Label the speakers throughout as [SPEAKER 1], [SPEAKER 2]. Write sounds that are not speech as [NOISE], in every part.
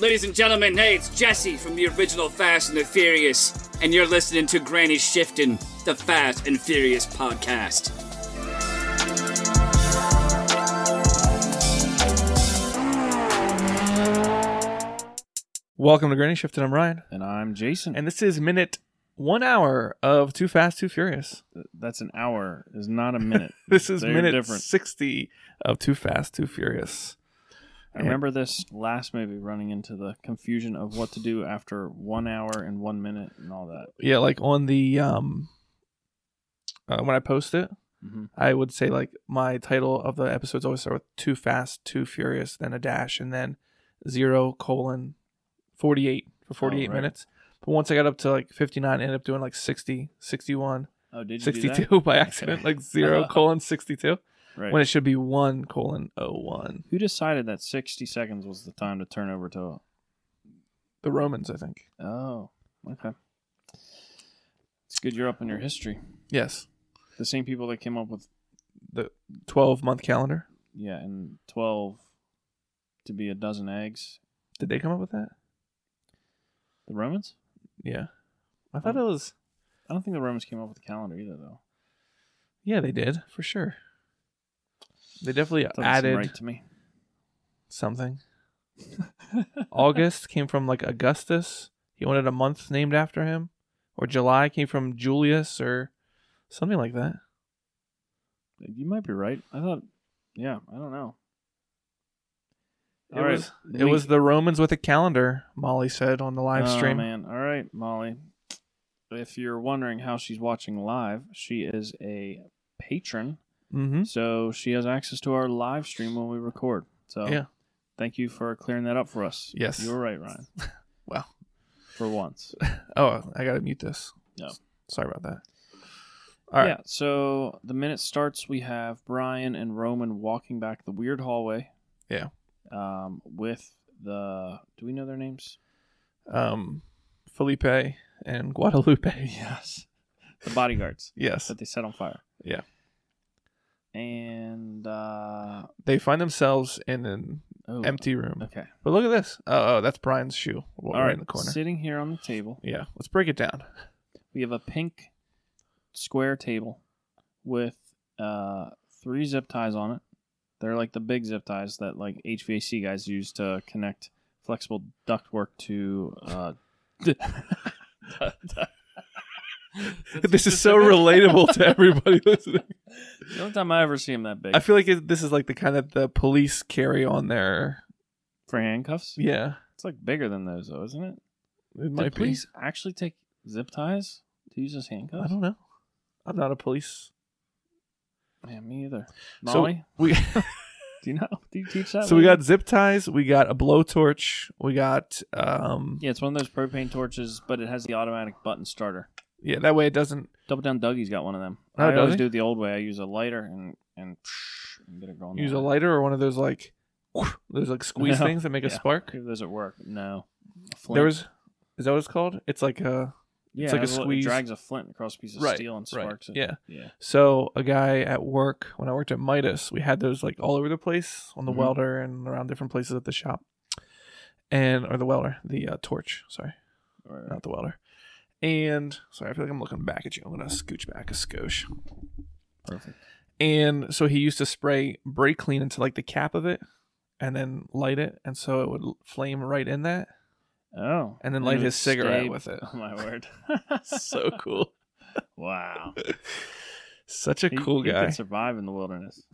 [SPEAKER 1] Ladies and gentlemen, hey, it's Jesse from the original Fast and the Furious, and you're listening to Granny Shifting, the Fast and Furious podcast.
[SPEAKER 2] Welcome to Granny Shift, and I'm Ryan.
[SPEAKER 3] And I'm Jason.
[SPEAKER 2] And this is minute one hour of Too Fast, Too Furious.
[SPEAKER 3] that's an hour. Is
[SPEAKER 2] [LAUGHS]
[SPEAKER 3] not a minute.
[SPEAKER 2] This is
[SPEAKER 3] They're
[SPEAKER 2] minute
[SPEAKER 3] different.
[SPEAKER 2] 60 of Too Fast, Too Furious.
[SPEAKER 3] I remember this last movie running into the confusion of what to do after one hour and one minute and all that.
[SPEAKER 2] Yeah, like on the, um, uh, when I post it,
[SPEAKER 3] hmm
[SPEAKER 2] I would say like my title of the episodes always start with Too Fast, Too Furious, then a dash, and then zero colon 48 for 48
[SPEAKER 3] Oh, right.
[SPEAKER 2] minutes. But once I got up to like 59, I ended up doing like 60, 61,
[SPEAKER 3] Oh, did you do
[SPEAKER 2] 62 [LAUGHS]
[SPEAKER 3] that?
[SPEAKER 2] by accident, like
[SPEAKER 3] [LAUGHS]
[SPEAKER 2] zero colon 62,
[SPEAKER 3] Right.
[SPEAKER 2] when it should be one colon oh one.
[SPEAKER 3] Who decided that 60 seconds was the time to turn over to?
[SPEAKER 2] The Romans, I think.
[SPEAKER 3] Oh, okay. It's good you're up in your history.
[SPEAKER 2] Yes.
[SPEAKER 3] The same people that came up with,
[SPEAKER 2] 12 month calendar.
[SPEAKER 3] yeah, and 12 to be a dozen eggs.
[SPEAKER 2] Did they come up with that?
[SPEAKER 3] The Romans?
[SPEAKER 2] Yeah. I thought it was.
[SPEAKER 3] I don't think the Romans came up with the calendar either, though.
[SPEAKER 2] Yeah, they did, for sure. They definitely
[SPEAKER 3] Doesn't seem
[SPEAKER 2] added
[SPEAKER 3] right to me.
[SPEAKER 2] something. [LAUGHS] August came from like Augustus. He wanted a month named after him. Or July came from Julius or something like that.
[SPEAKER 3] You might be right. I thought, yeah, I don't know.
[SPEAKER 2] It
[SPEAKER 3] All right,
[SPEAKER 2] was it was the Romans with a calendar, Molly said on the live
[SPEAKER 3] oh,
[SPEAKER 2] stream.
[SPEAKER 3] man. All right, Molly. If you're wondering how she's watching live, she is a patron,
[SPEAKER 2] Mm-hmm.
[SPEAKER 3] so she has access to our live stream when we record. So
[SPEAKER 2] Yeah.
[SPEAKER 3] thank you for clearing that up for us.
[SPEAKER 2] Yes.
[SPEAKER 3] you're right,
[SPEAKER 2] [LAUGHS]
[SPEAKER 3] Ryan.
[SPEAKER 2] Wow.
[SPEAKER 3] For once.
[SPEAKER 2] Oh, I gotta mute this.
[SPEAKER 3] No.
[SPEAKER 2] Sorry about that. All right.
[SPEAKER 3] Yeah. So the minute starts. We have Brian and Roman walking back the weird hallway.
[SPEAKER 2] Yeah.
[SPEAKER 3] Um, with the do we know their names?
[SPEAKER 2] [LAUGHS] Um, Felipe and Guadalupe. [LAUGHS]
[SPEAKER 3] Yes. The bodyguards
[SPEAKER 2] Yes.
[SPEAKER 3] that they set on fire.
[SPEAKER 2] Yeah.
[SPEAKER 3] And uh
[SPEAKER 2] They find themselves in an
[SPEAKER 3] oh,
[SPEAKER 2] empty room.
[SPEAKER 3] Okay.
[SPEAKER 2] But look at this. Oh, oh that's Brian's shoe. All
[SPEAKER 3] All right.
[SPEAKER 2] in the corner.
[SPEAKER 3] Sitting here on the table,
[SPEAKER 2] Yeah. Let's break it
[SPEAKER 3] [LAUGHS]
[SPEAKER 2] down. [LAUGHS]
[SPEAKER 3] we have a pink square table with uh three zip ties on it. They're like the big zip ties that like HVAC guys use to connect flexible ductwork to uh [LAUGHS]
[SPEAKER 2] this is so relatable to
[SPEAKER 3] [LAUGHS]
[SPEAKER 2] everybody listening.
[SPEAKER 3] the only time I ever see them that big
[SPEAKER 2] I feel like it, this is like the kind that the police carry on their.
[SPEAKER 3] for handcuffs.
[SPEAKER 2] Yeah.
[SPEAKER 3] It's like bigger than those though, isn't it?
[SPEAKER 2] It
[SPEAKER 3] Did
[SPEAKER 2] might be.
[SPEAKER 3] police actually take zip ties to use as handcuffs?
[SPEAKER 2] I don't know. I'm not a police.
[SPEAKER 3] Yeah, me either.
[SPEAKER 2] So-
[SPEAKER 3] Molly,
[SPEAKER 2] We
[SPEAKER 3] do you know? [LAUGHS] Do you teach that?
[SPEAKER 2] so we
[SPEAKER 3] lady?
[SPEAKER 2] got zip ties. We got a blowtorch. We got um.
[SPEAKER 3] Yeah, it's one of those propane torches, but it has the automatic button starter.
[SPEAKER 2] yeah that way it doesn't.
[SPEAKER 3] Double down, Dougie's got one of them.
[SPEAKER 2] Oh,
[SPEAKER 3] I
[SPEAKER 2] does
[SPEAKER 3] always
[SPEAKER 2] he?
[SPEAKER 3] do it the old way. I use a lighter and and, psh, and get it going.
[SPEAKER 2] Use
[SPEAKER 3] that
[SPEAKER 2] a
[SPEAKER 3] way.
[SPEAKER 2] lighter or one of those like [LAUGHS] those like squeeze
[SPEAKER 3] No.
[SPEAKER 2] things that make a
[SPEAKER 3] Yeah.
[SPEAKER 2] spark.
[SPEAKER 3] Give those at work. No. A
[SPEAKER 2] There
[SPEAKER 3] flint.
[SPEAKER 2] was is that what it's called? It's like a
[SPEAKER 3] yeah,
[SPEAKER 2] it's like a
[SPEAKER 3] it-
[SPEAKER 2] squeeze.
[SPEAKER 3] It drags a flint across a piece of
[SPEAKER 2] Right,
[SPEAKER 3] steel and
[SPEAKER 2] right,
[SPEAKER 3] sparks it.
[SPEAKER 2] yeah.
[SPEAKER 3] Yeah.
[SPEAKER 2] So a guy at work when I worked at Midas, we had those like all over the place on the
[SPEAKER 3] Mhm.
[SPEAKER 2] welder and around different places at the shop, and or the welder, the uh, torch. Sorry,
[SPEAKER 3] Or- uh,
[SPEAKER 2] not the welder. And sorry, I feel like I'm looking back at you. I'm gonna scooch back a skosh.
[SPEAKER 3] Perfect.
[SPEAKER 2] And so he used to spray brake clean into like the cap of it, and then light it, and so it would l- flame right in that,
[SPEAKER 3] Oh.
[SPEAKER 2] and then
[SPEAKER 3] it
[SPEAKER 2] light
[SPEAKER 3] would
[SPEAKER 2] his cigarette
[SPEAKER 3] stay-
[SPEAKER 2] with it.
[SPEAKER 3] [LAUGHS] Oh my word.
[SPEAKER 2] [LAUGHS] so cool.
[SPEAKER 3] wow.
[SPEAKER 2] Such a
[SPEAKER 3] He-
[SPEAKER 2] cool
[SPEAKER 3] he
[SPEAKER 2] guy.
[SPEAKER 3] could survive in the wilderness.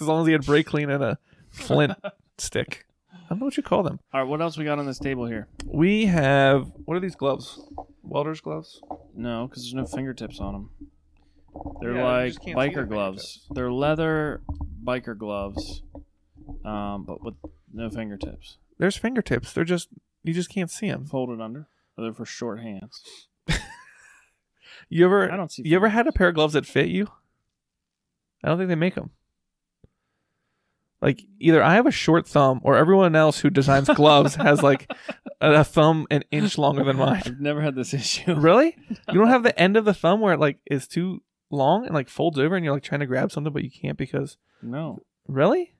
[SPEAKER 2] As long as he had brake clean and a
[SPEAKER 3] [LAUGHS]
[SPEAKER 2] flint stick. I don't know what you call them.
[SPEAKER 3] All right, what else we got on this table here?
[SPEAKER 2] We have what are these gloves? Welder's gloves.
[SPEAKER 3] No, because there's no fingertips on them. They're
[SPEAKER 2] Yeah, you
[SPEAKER 3] like
[SPEAKER 2] just can't see the
[SPEAKER 3] biker gloves.
[SPEAKER 2] fingertips.
[SPEAKER 3] They're leather biker gloves, um, but with no fingertips.
[SPEAKER 2] There's fingertips. They're just you just can't see them.
[SPEAKER 3] Folded under. Or they're for short hands.
[SPEAKER 2] You ever
[SPEAKER 3] I don't see.
[SPEAKER 2] you ever had a pair of gloves that fit you? I don't think they make them. Like either I have a short thumb, or everyone else who designs
[SPEAKER 3] [LAUGHS]
[SPEAKER 2] gloves has like a, a thumb an inch longer than mine. [LAUGHS]
[SPEAKER 3] I've never had this [LAUGHS] issue.
[SPEAKER 2] Really? You don't have the end of the thumb where it like is too long and like folds over, and you're like trying to grab something, but you can't because
[SPEAKER 3] No.
[SPEAKER 2] really.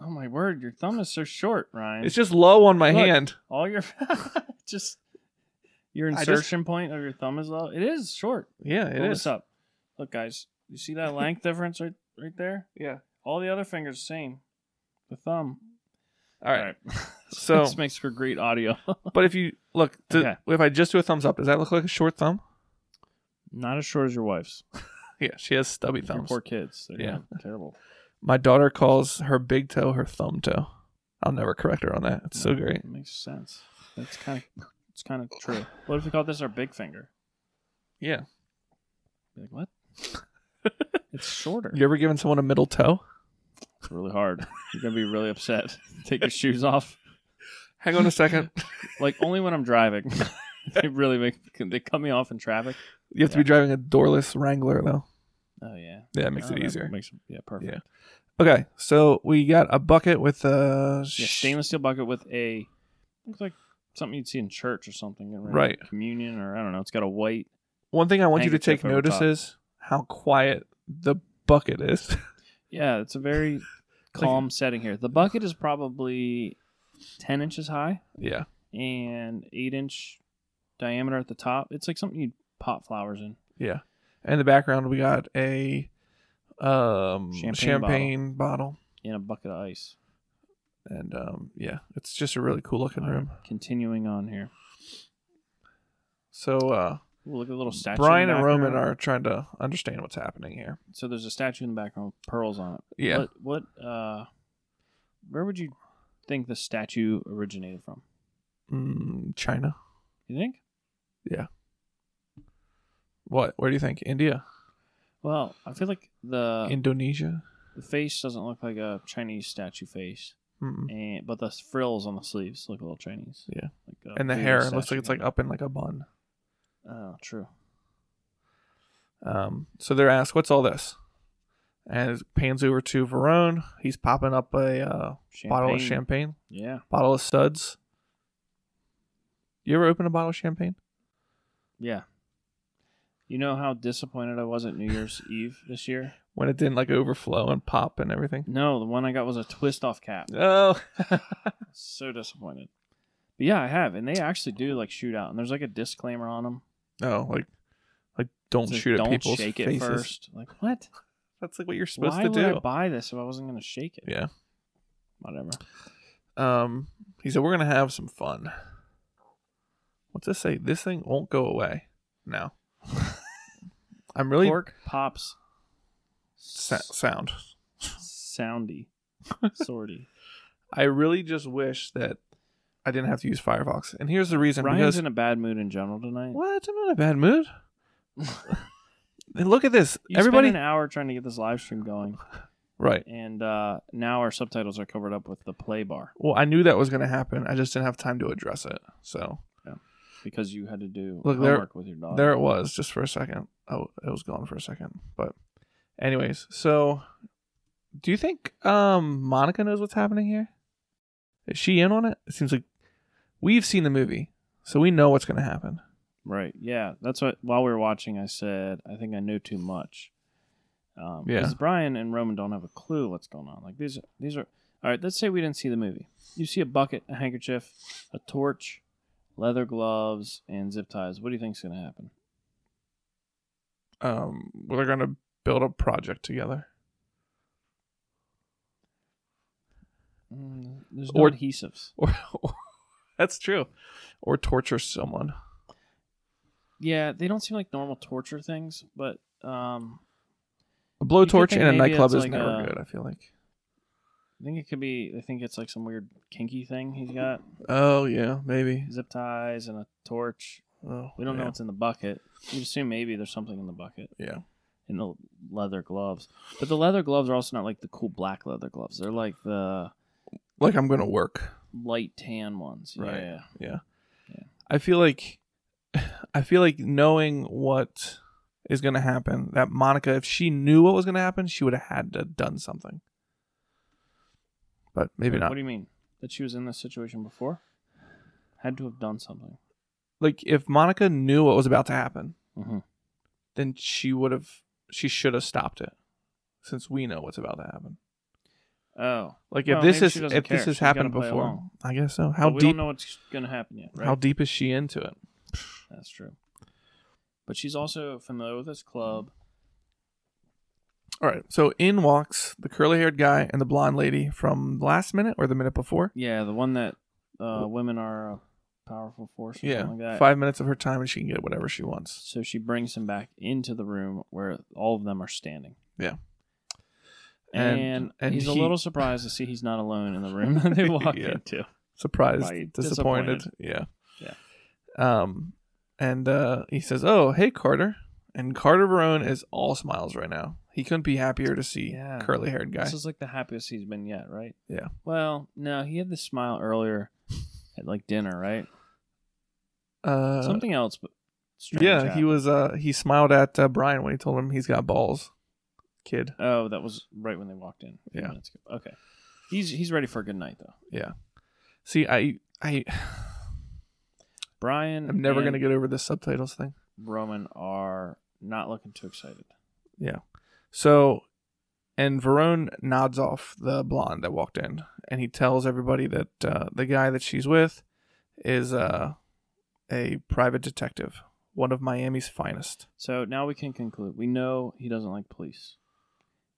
[SPEAKER 3] Oh my word, your thumb is so short, Ryan.
[SPEAKER 2] It's just low on my
[SPEAKER 3] Look.
[SPEAKER 2] hand.
[SPEAKER 3] all your [LAUGHS] just your
[SPEAKER 2] I just-
[SPEAKER 3] insertion point of your thumb is low. It is short.
[SPEAKER 2] Yeah, it
[SPEAKER 3] Pull
[SPEAKER 2] is.
[SPEAKER 3] this up. Look, guys, you see that length difference right right there?
[SPEAKER 2] Yeah.
[SPEAKER 3] All the other fingers same. The thumb.
[SPEAKER 2] All right.
[SPEAKER 3] [LAUGHS]
[SPEAKER 2] So-
[SPEAKER 3] so this makes for great audio. [LAUGHS]
[SPEAKER 2] But if you look, to,
[SPEAKER 3] Okay.
[SPEAKER 2] if I just do a thumbs up, does that look like a short thumb? [LAUGHS]
[SPEAKER 3] Not as short as your wife's.
[SPEAKER 2] Yeah, she has stubby
[SPEAKER 3] Your
[SPEAKER 2] thumbs.
[SPEAKER 3] poor kids. They're
[SPEAKER 2] Yeah.
[SPEAKER 3] terrible.
[SPEAKER 2] My daughter calls her big toe her thumb toe. I'll never correct her on that. It's so
[SPEAKER 3] No,
[SPEAKER 2] great.
[SPEAKER 3] It makes sense. That's kind of it's kind of true. What if we called this our big finger?
[SPEAKER 2] Yeah.
[SPEAKER 3] Be like, what?
[SPEAKER 2] [LAUGHS]
[SPEAKER 3] it's shorter.
[SPEAKER 2] You ever given someone a middle toe?
[SPEAKER 3] It's really hard. You're gonna be really upset. [LAUGHS] Take your shoes off.
[SPEAKER 2] Hang on a second.
[SPEAKER 3] Like only when I'm driving. [LAUGHS] they really make they cut me off in traffic.
[SPEAKER 2] [LAUGHS] You have to be driving a doorless Wrangler though.
[SPEAKER 3] Oh yeah.
[SPEAKER 2] Yeah, it makes
[SPEAKER 3] Oh,
[SPEAKER 2] it
[SPEAKER 3] that
[SPEAKER 2] easier.
[SPEAKER 3] Makes it, yeah, perfect.
[SPEAKER 2] Yeah.
[SPEAKER 3] Yeah.
[SPEAKER 2] Okay, so we got a bucket with uh sh-
[SPEAKER 3] stainless steel bucket with a looks like something you'd see in church or something. around
[SPEAKER 2] Right.
[SPEAKER 3] Communion or I don't know. It's got a white.
[SPEAKER 2] One thing I want you to
[SPEAKER 3] handkerchief
[SPEAKER 2] take
[SPEAKER 3] over
[SPEAKER 2] notice
[SPEAKER 3] top.
[SPEAKER 2] is how quiet the bucket is. [LAUGHS]
[SPEAKER 3] Yeah, it's a very calm setting here. The bucket is probably ten inches high
[SPEAKER 2] yeah.
[SPEAKER 3] and eight inch diameter at the top. It's like something you'd pot flowers in.
[SPEAKER 2] Yeah. In the background we got a um
[SPEAKER 3] Champagne
[SPEAKER 2] champagne, bottle.
[SPEAKER 3] In a bucket of ice.
[SPEAKER 2] And um yeah, it's just a really cool looking
[SPEAKER 3] All right,
[SPEAKER 2] room.
[SPEAKER 3] Continuing on here.
[SPEAKER 2] So uh
[SPEAKER 3] Ooh, look at the little statue. in
[SPEAKER 2] Brian
[SPEAKER 3] the
[SPEAKER 2] and Roman
[SPEAKER 3] background.
[SPEAKER 2] are trying to understand what's happening here.
[SPEAKER 3] So there's a statue in the background with pearls on it.
[SPEAKER 2] Yeah.
[SPEAKER 3] What, what uh where would you think the statue originated from?
[SPEAKER 2] Mm, China.
[SPEAKER 3] You think?
[SPEAKER 2] What? Where do you think? India?
[SPEAKER 3] Well, I feel like the
[SPEAKER 2] Indonesia?
[SPEAKER 3] the face doesn't look like a Chinese statue face.
[SPEAKER 2] Mm.
[SPEAKER 3] And but the frills on the sleeves look a little Chinese.
[SPEAKER 2] Yeah.
[SPEAKER 3] Like a
[SPEAKER 2] And the
[SPEAKER 3] Buddha
[SPEAKER 2] hair it looks
[SPEAKER 3] statue.
[SPEAKER 2] like it's like up in like a bun.
[SPEAKER 3] Oh, true.
[SPEAKER 2] Um, so they're asked, "What's all this?" And it pans over to Verone. He's popping up a uh, bottle of champagne,
[SPEAKER 3] Yeah.
[SPEAKER 2] bottle of studs. You ever open a bottle of champagne?
[SPEAKER 3] Yeah. You know how disappointed I was at New Year's Eve this year?
[SPEAKER 2] When it didn't like overflow and pop and everything.
[SPEAKER 3] No, the one I got was a twist off cap. [LAUGHS]
[SPEAKER 2] Oh,
[SPEAKER 3] So disappointed. But yeah, I have, and they actually do like shoot out, and there's like a disclaimer on them.
[SPEAKER 2] no, like, like don't shoot
[SPEAKER 3] don't
[SPEAKER 2] at people's
[SPEAKER 3] shake
[SPEAKER 2] faces.
[SPEAKER 3] it first. Like what?
[SPEAKER 2] That's like what you're supposed
[SPEAKER 3] Why
[SPEAKER 2] to
[SPEAKER 3] would
[SPEAKER 2] do.
[SPEAKER 3] I buy this if I wasn't gonna shake it?
[SPEAKER 2] yeah.
[SPEAKER 3] Whatever.
[SPEAKER 2] Um, he said we're gonna have some fun. What's this say? This thing won't go away. No. [LAUGHS] I'm really
[SPEAKER 3] Cork pops.
[SPEAKER 2] sa- sound. [LAUGHS]
[SPEAKER 3] Soundy. Sorty.
[SPEAKER 2] I really just wish that I didn't have to use Firefox. And here's the reason
[SPEAKER 3] Ryan's
[SPEAKER 2] because
[SPEAKER 3] in a bad mood in general tonight.
[SPEAKER 2] what? I'm not in a bad
[SPEAKER 3] [LAUGHS]
[SPEAKER 2] mood. and look at this.
[SPEAKER 3] You
[SPEAKER 2] Everybody
[SPEAKER 3] spent an hour trying to get this live stream going,
[SPEAKER 2] Right.
[SPEAKER 3] and uh, now our subtitles are covered up with the play bar
[SPEAKER 2] Well, I knew that was going to happen. I just didn't have time to address it. So,
[SPEAKER 3] because you had to do
[SPEAKER 2] Look, there-
[SPEAKER 3] homework with your dog.
[SPEAKER 2] there it was just for a second. Oh, it was gone for a second. But anyways, so do you think um Monica knows what's happening here? Is she in on it? It seems like we've seen the movie, so we know what's going to happen.
[SPEAKER 3] Right. Yeah. That's what. While we were watching, I said, I think I knew too much. Um,
[SPEAKER 2] Yeah.
[SPEAKER 3] Because Brian and Roman don't have a clue what's going on. Like these. These are. All right. Let's say we didn't see the movie. You see a bucket, a handkerchief, a torch, leather gloves, and zip ties. What do you think's going to happen?
[SPEAKER 2] Um we're going to build a project together. [LAUGHS]
[SPEAKER 3] Mm, there's no
[SPEAKER 2] Or-
[SPEAKER 3] adhesives.
[SPEAKER 2] or, or that's true or torture someone
[SPEAKER 3] Yeah, they don't seem like normal torture things, but um,
[SPEAKER 2] a
[SPEAKER 3] You could
[SPEAKER 2] blowtorch
[SPEAKER 3] think
[SPEAKER 2] in a
[SPEAKER 3] maybe
[SPEAKER 2] nightclub
[SPEAKER 3] it's
[SPEAKER 2] is
[SPEAKER 3] like uh,
[SPEAKER 2] never
[SPEAKER 3] a-
[SPEAKER 2] good i feel like
[SPEAKER 3] I think it could be. I think it's like some weird kinky thing he's got.
[SPEAKER 2] oh yeah maybe
[SPEAKER 3] Zip ties and a torch.
[SPEAKER 2] oh,
[SPEAKER 3] We don't
[SPEAKER 2] yeah.
[SPEAKER 3] know what's in the bucket. We'd assume maybe there's something in the bucket
[SPEAKER 2] yeah
[SPEAKER 3] in the leather gloves. But the leather gloves are also not like the cool black leather gloves. They're like the
[SPEAKER 2] like i'm gonna work
[SPEAKER 3] light tan ones.
[SPEAKER 2] Right.
[SPEAKER 3] Yeah.
[SPEAKER 2] yeah,
[SPEAKER 3] Yeah.
[SPEAKER 2] i feel like [SIGHS] i feel like knowing what is gonna happen that monica if she knew what was gonna happen she would have had to done something but maybe
[SPEAKER 3] Wait,
[SPEAKER 2] not
[SPEAKER 3] What do you mean? That she was in this situation before? Had to have done something.
[SPEAKER 2] like if monica knew what was about to happen
[SPEAKER 3] Mhm.
[SPEAKER 2] then she would have she should have stopped it since we know what's about to happen
[SPEAKER 3] Oh,
[SPEAKER 2] Like if
[SPEAKER 3] Well,
[SPEAKER 2] this
[SPEAKER 3] maybe
[SPEAKER 2] is
[SPEAKER 3] she
[SPEAKER 2] if
[SPEAKER 3] doesn't
[SPEAKER 2] this
[SPEAKER 3] care.
[SPEAKER 2] has
[SPEAKER 3] She's gotta
[SPEAKER 2] happened
[SPEAKER 3] play
[SPEAKER 2] before,
[SPEAKER 3] along.
[SPEAKER 2] I guess so.
[SPEAKER 3] how
[SPEAKER 2] How
[SPEAKER 3] we
[SPEAKER 2] deep
[SPEAKER 3] don't know what's gonna happen yet. Right?
[SPEAKER 2] how deep is she into it?
[SPEAKER 3] That's true. But she's also familiar with this club.
[SPEAKER 2] All right. So in walks the curly haired guy and the blonde lady from last minute or the minute before.
[SPEAKER 3] Yeah, the one that uh, women are a powerful force. Or
[SPEAKER 2] Yeah,
[SPEAKER 3] something like that.
[SPEAKER 2] five minutes of her time, and she can get whatever she wants.
[SPEAKER 3] So she brings him back into the room where all of them are standing.
[SPEAKER 2] Yeah.
[SPEAKER 3] And,
[SPEAKER 2] And- and
[SPEAKER 3] he's
[SPEAKER 2] he-
[SPEAKER 3] a little surprised to see he's not alone in the room
[SPEAKER 2] [LAUGHS]
[SPEAKER 3] that they walk
[SPEAKER 2] Yeah.
[SPEAKER 3] into.
[SPEAKER 2] Surprised,
[SPEAKER 3] Right,
[SPEAKER 2] disappointed.
[SPEAKER 3] disappointed.
[SPEAKER 2] Yeah, yeah. Um, and uh, he says, "Oh, hey, Carter." And Carter Verone is all smiles right now. He couldn't be happier to see
[SPEAKER 3] Yeah.
[SPEAKER 2] curly haired guy.
[SPEAKER 3] This is like the happiest he's been yet, right?
[SPEAKER 2] Yeah.
[SPEAKER 3] Well, no, he had this smile earlier at like dinner, right?
[SPEAKER 2] Uh,
[SPEAKER 3] Something else, but strange
[SPEAKER 2] yeah, he
[SPEAKER 3] happened.
[SPEAKER 2] was. Uh, he smiled at uh, Brian when he told him he's got balls, kid.
[SPEAKER 3] Oh, that was right when they walked in. a few
[SPEAKER 2] Yeah.
[SPEAKER 3] minutes ago. Okay. He's he's ready for a good night though.
[SPEAKER 2] See, I, I,
[SPEAKER 3] Brian.
[SPEAKER 2] I'm never
[SPEAKER 3] and
[SPEAKER 2] gonna get over this subtitles thing.
[SPEAKER 3] Roman are not looking too excited.
[SPEAKER 2] So, and Verone nods off the blonde that walked in, and he tells everybody that uh, the guy that she's with is uh, a private detective, one of Miami's finest.
[SPEAKER 3] So now we can conclude. We know he doesn't like police,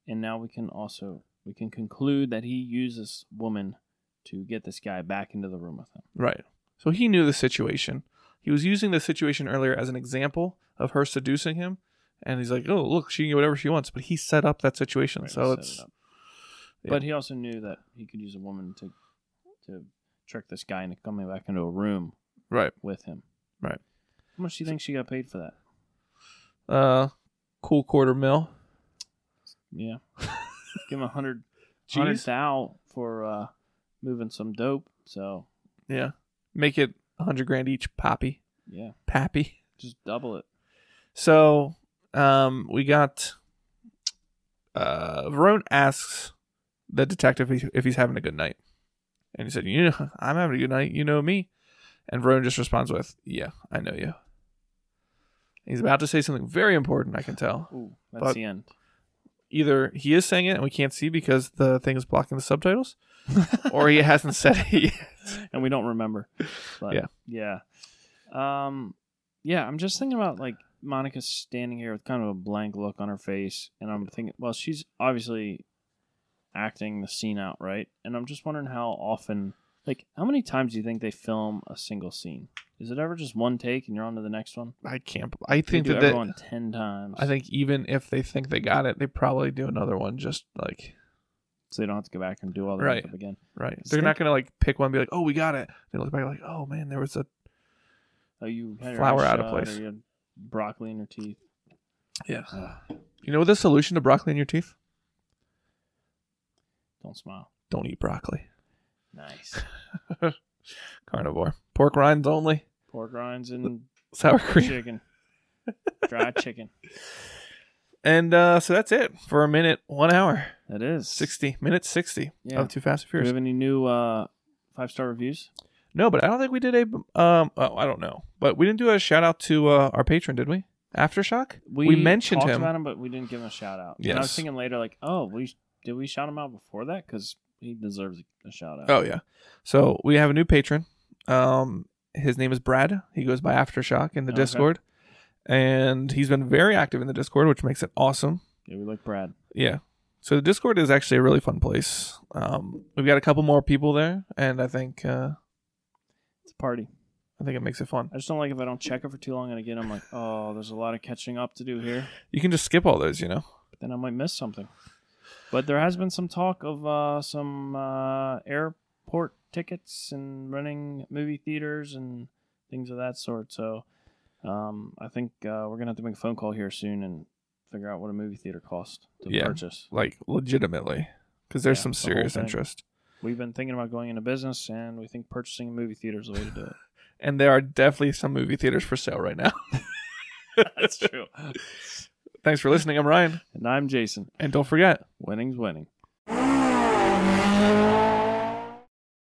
[SPEAKER 3] and now we can also we can conclude that he uses woman to get this guy back into the room with him.
[SPEAKER 2] Right. So he knew the situation. He was using the situation earlier as an example of her seducing him, and he's like, "Oh, look, she can get whatever she wants." But he set up that situation,
[SPEAKER 3] Right,
[SPEAKER 2] so
[SPEAKER 3] set
[SPEAKER 2] it's
[SPEAKER 3] it up.
[SPEAKER 2] yeah.
[SPEAKER 3] But he also knew that he could use a woman to to trick this guy into coming back into a room
[SPEAKER 2] right.
[SPEAKER 3] with him.
[SPEAKER 2] Right.
[SPEAKER 3] How much do you think she got paid for that?
[SPEAKER 2] Uh, cool quarter mil.
[SPEAKER 3] Yeah.
[SPEAKER 2] [LAUGHS]
[SPEAKER 3] Give him a hundred hundred
[SPEAKER 2] Jeez.
[SPEAKER 3] thou for uh, moving some dope. So
[SPEAKER 2] Yeah, make it a hundred grand each, poppy,
[SPEAKER 3] yeah,
[SPEAKER 2] pappy.
[SPEAKER 3] just double it.
[SPEAKER 2] So um, we got. Uh, Verone asks the detective if, if he's having a good night, and he said, "You know, [LAUGHS] I'm having a good night. You know me." And Verone just responds with, "Yeah, I know you." He's about to say something very important. I can tell.
[SPEAKER 3] Ooh, that's
[SPEAKER 2] But-
[SPEAKER 3] the end.
[SPEAKER 2] Either he is saying it and we can't see because the thing is blocking the subtitles, [LAUGHS] or he hasn't said it. Yet.
[SPEAKER 3] and we
[SPEAKER 2] [LAUGHS]
[SPEAKER 3] don't remember. But
[SPEAKER 2] Yeah.
[SPEAKER 3] yeah, um, yeah. I'm just thinking about like Monica's standing here with kind of a blank look on her face, and I'm thinking, well, she's obviously acting the scene out, right? And I'm just wondering how often, like, how many times do you think they film a single scene? Is it ever just one take and you're on to the next one?
[SPEAKER 2] I can't. I
[SPEAKER 3] They
[SPEAKER 2] think
[SPEAKER 3] do
[SPEAKER 2] that,
[SPEAKER 3] everyone
[SPEAKER 2] that
[SPEAKER 3] ten times.
[SPEAKER 2] I think even if they think they got it, they probably do another one. Just like
[SPEAKER 3] so. They don't have to go back and do all the
[SPEAKER 2] Right.
[SPEAKER 3] makeup again.
[SPEAKER 2] Right.
[SPEAKER 3] Just
[SPEAKER 2] They're
[SPEAKER 3] think-
[SPEAKER 2] not gonna like pick one and be like, oh, we got it. They look back like, oh man, there was a
[SPEAKER 3] Oh, you had your
[SPEAKER 2] Flower
[SPEAKER 3] eyes
[SPEAKER 2] out of
[SPEAKER 3] shut, or
[SPEAKER 2] place.
[SPEAKER 3] you had broccoli in your teeth.
[SPEAKER 2] yeah.
[SPEAKER 3] Ugh,
[SPEAKER 2] You know the solution to broccoli in your teeth?
[SPEAKER 3] don't smile.
[SPEAKER 2] Don't eat broccoli. [LAUGHS]
[SPEAKER 3] Nice.
[SPEAKER 2] Carnivore. Pork rinds only.
[SPEAKER 3] Pork rinds and
[SPEAKER 2] Sour cream.
[SPEAKER 3] chicken. Dry chicken.
[SPEAKER 2] And uh, so that's it for a minute, one hour,
[SPEAKER 3] That is.
[SPEAKER 2] sixty minutes, sixty
[SPEAKER 3] Yeah.
[SPEAKER 2] of Too Fast and
[SPEAKER 3] Do we
[SPEAKER 2] Furious.
[SPEAKER 3] have any new uh, five star reviews?
[SPEAKER 2] No, but I don't think we did a. Um, oh, I don't know, but we didn't do a shout out to uh, our patron, did we? Aftershock. mentioned
[SPEAKER 3] talked
[SPEAKER 2] him.
[SPEAKER 3] about him, but we didn't give him a shout out. And I
[SPEAKER 2] Yes.
[SPEAKER 3] was thinking later, like, oh, we did we shout him out before that? Because he deserves a shout out.
[SPEAKER 2] Oh yeah. So we have a new patron. Um, his name is Brad. He goes by Aftershock in the
[SPEAKER 3] Okay.
[SPEAKER 2] Discord, and he's been very active in the Discord, which makes it awesome.
[SPEAKER 3] Yeah, we like Brad.
[SPEAKER 2] Yeah. So the Discord is actually a really fun place. Um, we've got a couple more people there, and I think uh,
[SPEAKER 3] It's a party.
[SPEAKER 2] I think it makes it fun.
[SPEAKER 3] I just don't like if I don't check it for too long and again I'm like, oh, there's a lot of catching up to do here.
[SPEAKER 2] You can just skip all those, you know.
[SPEAKER 3] But then I might miss something. But there has been some talk of uh, some uh, airport tickets and running movie theaters and things of that sort. So um, I think uh, we're gonna have to make a phone call here soon and figure out what a movie theater costs to
[SPEAKER 2] Yeah.
[SPEAKER 3] purchase.
[SPEAKER 2] Like legitimately, because there's
[SPEAKER 3] Yeah,
[SPEAKER 2] some
[SPEAKER 3] the whole
[SPEAKER 2] serious
[SPEAKER 3] thing.
[SPEAKER 2] interest,
[SPEAKER 3] We've been thinking about going into business, and we think purchasing a movie theater is the way to do it.
[SPEAKER 2] and there are definitely some movie theaters for sale right now. [LAUGHS]
[SPEAKER 3] [LAUGHS] That's true.
[SPEAKER 2] Thanks for listening. I'm Ryan,
[SPEAKER 3] And I'm Jason.
[SPEAKER 2] and don't forget.
[SPEAKER 3] Winning's winning.